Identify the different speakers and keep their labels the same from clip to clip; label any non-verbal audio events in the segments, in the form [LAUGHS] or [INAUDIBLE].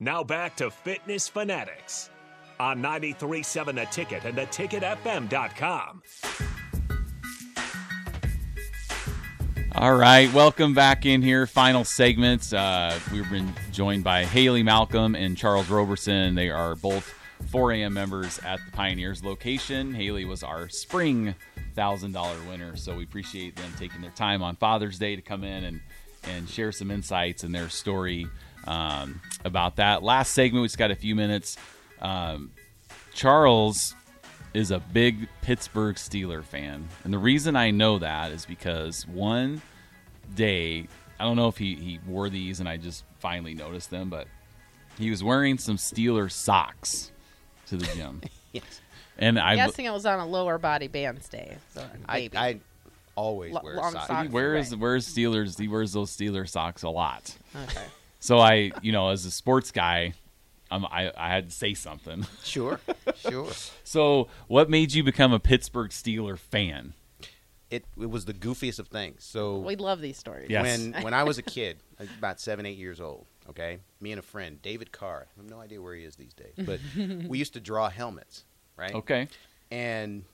Speaker 1: Now back to Fitness Fanatics on 937 a ticket and the ticketfm.com.
Speaker 2: All right, welcome back in here. Final segments. Uh, we've been joined by Haley Malcolm and Charles Roberson. They are both 4 a.m. members at the Pioneers location. Haley was our spring thousand dollar winner, so we appreciate them taking their time on Father's Day to come in and and share some insights and their story um, about that. Last segment, we just got a few minutes. Um, Charles is a big Pittsburgh Steeler fan. And the reason I know that is because one day, I don't know if he, he wore these and I just finally noticed them, but he was wearing some Steeler socks to the gym.
Speaker 3: Yes.
Speaker 2: And I
Speaker 4: I'm guessing it was on a lower body band's day. So
Speaker 3: I,
Speaker 4: maybe.
Speaker 3: I always
Speaker 4: Lo-
Speaker 3: wear
Speaker 4: long
Speaker 3: socks.
Speaker 4: socks.
Speaker 2: wears
Speaker 4: Right.
Speaker 2: wears Steelers he wears those Steeler socks a lot.
Speaker 3: [LAUGHS]
Speaker 4: okay.
Speaker 2: So I, you know, as a sports guy, I'm, I I had to say something.
Speaker 3: [LAUGHS]
Speaker 2: [LAUGHS]
Speaker 3: Sure, sure.
Speaker 2: So what made you become a Pittsburgh Steeler fan?
Speaker 3: It it was the goofiest of things. So
Speaker 4: We love these stories.
Speaker 2: Yeah. Yes.
Speaker 4: [LAUGHS]
Speaker 3: when when I was a kid, I was about seven, eight years old. Okay, me and a friend, David Carr. I have no idea where he is these days,
Speaker 4: [LAUGHS]
Speaker 3: but we used to draw helmets, right?
Speaker 2: Okay.
Speaker 3: And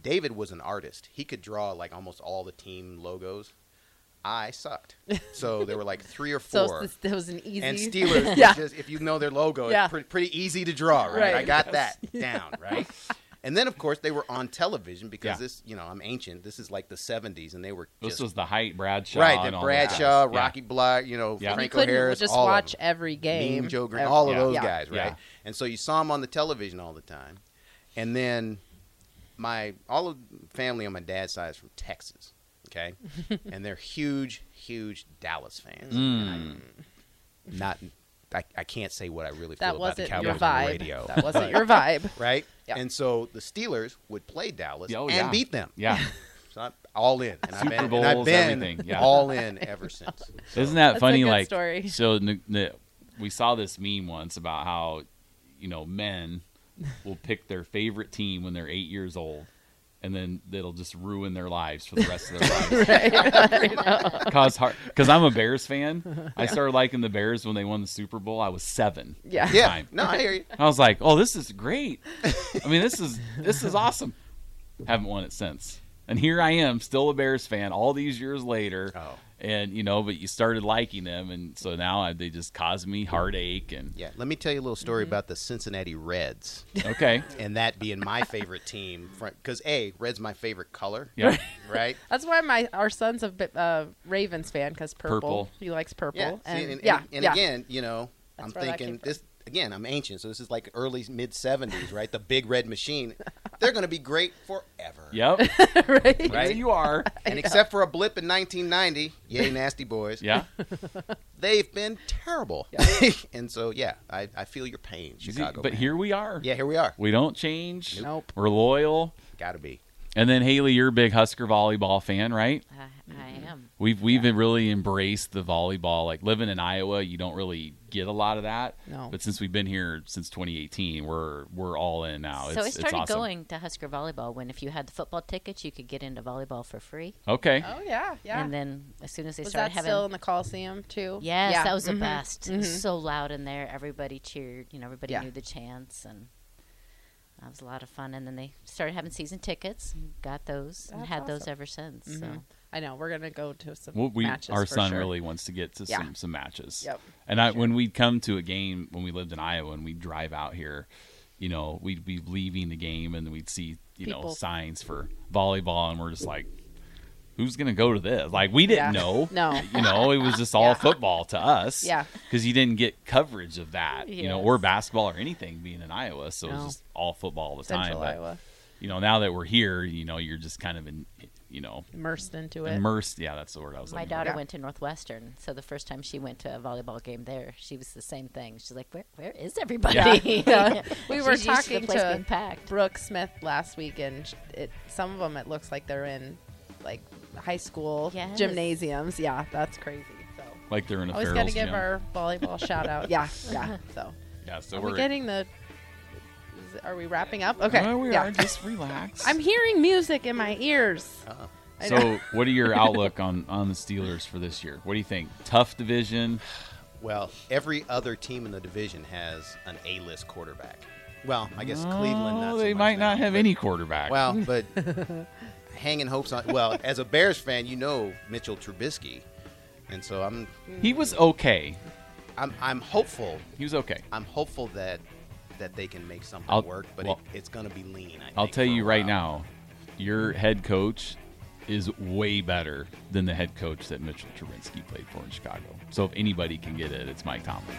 Speaker 3: David was an artist. He could draw like almost all the team logos. I sucked. So there were like three
Speaker 4: [LAUGHS]
Speaker 3: or
Speaker 4: So
Speaker 3: four.
Speaker 4: it's- that was an easy. [LAUGHS]
Speaker 3: and Steelers,
Speaker 4: Yeah.
Speaker 3: was just, if you know their logo,
Speaker 4: Yeah.
Speaker 3: it's pre- pretty easy to draw, right?
Speaker 4: Right.
Speaker 3: I
Speaker 4: [LAUGHS]
Speaker 3: got that down, right? And then, of course, they were on television because
Speaker 2: Yeah.
Speaker 3: this, you know, I'm ancient. This is like the 70s, and they were
Speaker 2: This
Speaker 3: just
Speaker 2: was the height Bradshaw.
Speaker 3: right.
Speaker 2: and
Speaker 3: The
Speaker 2: all
Speaker 3: Bradshaw,
Speaker 2: that. Yeah.
Speaker 3: Rocky Block, you know,
Speaker 2: Yeah. You
Speaker 4: you
Speaker 3: Franco
Speaker 4: couldn't
Speaker 3: Harris,
Speaker 4: just
Speaker 3: all of
Speaker 4: watch
Speaker 3: them.
Speaker 4: every game.
Speaker 3: Mean Joe Green,
Speaker 4: Every-
Speaker 3: all of
Speaker 2: yeah.
Speaker 3: those
Speaker 4: Yeah.
Speaker 3: guys, right?
Speaker 2: Yeah.
Speaker 3: And so you saw them on the television all the time. And then my all of family on my dad's side is from Texas,
Speaker 4: [LAUGHS]
Speaker 3: okay, and they're huge, huge Dallas fans.
Speaker 2: Mm.
Speaker 3: And I'm not, I, I can't say what I really
Speaker 4: That
Speaker 3: feel about the
Speaker 4: wasn't your
Speaker 3: Cowboys on
Speaker 4: vibe.
Speaker 3: the radio,
Speaker 4: That wasn't your vibe.
Speaker 3: [LAUGHS] right?
Speaker 4: Yeah.
Speaker 3: And so the Steelers would play Dallas
Speaker 2: Yeah, oh,
Speaker 3: and
Speaker 2: yeah.
Speaker 3: beat them.
Speaker 2: Yeah.
Speaker 3: So I'm all in, and I've
Speaker 2: Super
Speaker 3: been, and I've
Speaker 2: Bowls,
Speaker 3: been
Speaker 2: everything, yeah.
Speaker 3: all in
Speaker 2: [LAUGHS]
Speaker 3: ever since.
Speaker 2: Isn't that
Speaker 4: That's a
Speaker 2: funny?
Speaker 4: good
Speaker 2: like,
Speaker 4: story. [LAUGHS]
Speaker 2: so n- n- we saw this meme once about how, you know, men will pick their favorite team when they're eight years old, and then it'll just ruin their lives for the rest of their
Speaker 4: [LAUGHS]
Speaker 2: lives.
Speaker 3: [LAUGHS]
Speaker 2: Cause heart, because I'm a Bears fan.
Speaker 4: [LAUGHS]
Speaker 2: I started liking the Bears when they won the Super Bowl. I was seven.
Speaker 4: Yeah.
Speaker 3: Yeah,
Speaker 2: Fine.
Speaker 3: no,
Speaker 4: [LAUGHS]
Speaker 3: I hear you.
Speaker 2: I was like, oh, this is great. I mean, this is this is awesome. Haven't won it since. And here I am, still a Bears fan, all these years later.
Speaker 3: Oh.
Speaker 2: And you know, but you started liking them, and so now I, they just cause me heartache. And
Speaker 3: Yeah, let me tell you a little story
Speaker 4: Mm-hmm.
Speaker 3: about the Cincinnati Reds [LAUGHS]
Speaker 2: okay,
Speaker 3: and that being my favorite team. Because, A, red's my favorite color,
Speaker 2: yeah,
Speaker 3: right?
Speaker 4: That's why my our son's a bit, uh, Ravens fan because purple.
Speaker 2: Purple.
Speaker 4: He likes purple.
Speaker 3: Yeah. see,
Speaker 4: And,
Speaker 3: and, and-
Speaker 4: yeah.
Speaker 3: and
Speaker 4: yeah.
Speaker 3: again, you know, I'm
Speaker 4: That's where that
Speaker 3: thinking
Speaker 4: came from.
Speaker 3: this, again, I'm ancient, so this is like early, mid 70s, right? The big red
Speaker 4: [LAUGHS]
Speaker 3: machine. They're going to be great forever.
Speaker 2: yep,
Speaker 4: [LAUGHS] right.
Speaker 2: right. You are,
Speaker 3: And except for a blip in 1990,
Speaker 4: [LAUGHS]
Speaker 3: yay, nasty boys,
Speaker 2: yeah.
Speaker 3: they've been terrible. [LAUGHS] and so, yeah, I, I feel your pain, Chicago.
Speaker 2: but
Speaker 3: man.
Speaker 2: here we are.
Speaker 3: yeah, here we are.
Speaker 2: we don't change.
Speaker 4: Nope.
Speaker 2: we're loyal.
Speaker 3: Gotta be.
Speaker 2: And then Haley, you're a big Husker volleyball fan, right?
Speaker 5: I, I
Speaker 4: Mm-hmm.
Speaker 5: am.
Speaker 2: We've we've really embraced the volleyball. Like living in Iowa, you don't really get a lot of that.
Speaker 4: No.
Speaker 2: But since we've been here since 2018, we're we're all in now.
Speaker 5: so
Speaker 2: Oh, it's,
Speaker 5: I started
Speaker 2: it's awesome.
Speaker 5: going to Husker volleyball when if you had the football tickets, you could get into volleyball for free.
Speaker 2: Okay.
Speaker 4: Oh yeah. Yeah.
Speaker 5: And then as soon as they
Speaker 4: was that
Speaker 5: started having
Speaker 4: still in the Coliseum too?
Speaker 5: Yes,
Speaker 4: Yeah.
Speaker 5: that was the
Speaker 4: Mhm.
Speaker 5: best. It was so loud in there. Everybody cheered. You know, everybody
Speaker 4: Yeah.
Speaker 5: knew the chants, and that was a lot of fun. And then they started having season tickets, and got those, and
Speaker 4: That's
Speaker 5: had those
Speaker 4: awesome. Mm-hmm.
Speaker 5: ever since. So
Speaker 4: I know. We're gonna go to some
Speaker 2: Well, we
Speaker 4: matches.
Speaker 2: our
Speaker 4: for
Speaker 2: son
Speaker 4: sure.
Speaker 2: really wants to get to
Speaker 4: Yeah.
Speaker 2: some some matches.
Speaker 4: Yep.
Speaker 2: And I, when we'd come to a game when we lived in Iowa and we'd drive out here, you know, we'd be leaving the game and we'd see you know
Speaker 4: People.
Speaker 2: signs for volleyball and we're just like, who's gonna go to this? Like we didn't
Speaker 4: Yeah.
Speaker 2: know. [LAUGHS]
Speaker 4: No.
Speaker 2: You know, it was just all football to us.
Speaker 4: Yeah.
Speaker 2: Because you didn't get coverage of that, you know,
Speaker 5: Yes.
Speaker 2: or basketball or anything being in Iowa. So it
Speaker 4: No.
Speaker 2: was just all football all the time.
Speaker 4: Central
Speaker 2: But,
Speaker 4: Iowa.
Speaker 2: you know, now that we're here, you know, you're just kind of in, you know,
Speaker 4: Immersed into it.
Speaker 2: immersed. Yeah, that's the word I was
Speaker 5: my
Speaker 2: looking
Speaker 5: daughter
Speaker 4: Yeah.
Speaker 5: went to Northwestern. So the first time she went to a volleyball game there, she was the same thing. She's like, "Where, where is everybody?" You [LAUGHS] know?
Speaker 4: We were
Speaker 5: She's used to
Speaker 4: talking
Speaker 5: the place
Speaker 4: to-
Speaker 5: being packed.
Speaker 4: Brooke Smith last week, and sh- it, some of them it looks like they're in like high school
Speaker 5: Yes.
Speaker 4: gymnasiums. Yeah, that's crazy. So
Speaker 2: for. Like they're in a
Speaker 4: always got
Speaker 2: Farrell's
Speaker 4: to give
Speaker 2: gym.
Speaker 4: our
Speaker 2: [LAUGHS]
Speaker 4: volleyball shout out. Yeah, yeah. [LAUGHS] So
Speaker 2: Yeah, so
Speaker 4: are
Speaker 2: we're
Speaker 4: we getting the? Is, are we wrapping up? Okay.
Speaker 2: No, we
Speaker 4: yeah.
Speaker 2: are. Just relax.
Speaker 4: I'm hearing music in my ears. I know.
Speaker 2: so, what are your outlook on on the Steelers for this year? What do you think? Tough division.
Speaker 3: Well, every other team in the division has an A-list quarterback. Well, I guess Cleveland. Not
Speaker 2: Oh,
Speaker 3: so
Speaker 2: they
Speaker 3: much
Speaker 2: might not
Speaker 3: now,
Speaker 2: have
Speaker 3: but-
Speaker 2: any quarterback. [LAUGHS]
Speaker 3: Well, but hanging hopes on. Well, as a Bears fan, you know Mitchell Trubisky, and so I'm,
Speaker 2: he was okay.
Speaker 3: I'm, I'm hopeful.
Speaker 2: He was okay.
Speaker 3: I'm hopeful that that they can make something
Speaker 2: I'll-
Speaker 3: work, but
Speaker 2: well,
Speaker 3: it, it's going to be lean. I
Speaker 2: I'll
Speaker 3: think,
Speaker 2: tell
Speaker 3: for a
Speaker 2: you right
Speaker 3: while.
Speaker 2: now, your head coach is way better than the head coach that Mitchell Trubinsky played for in Chicago. So if anybody can get it, it's Mike Tomlin.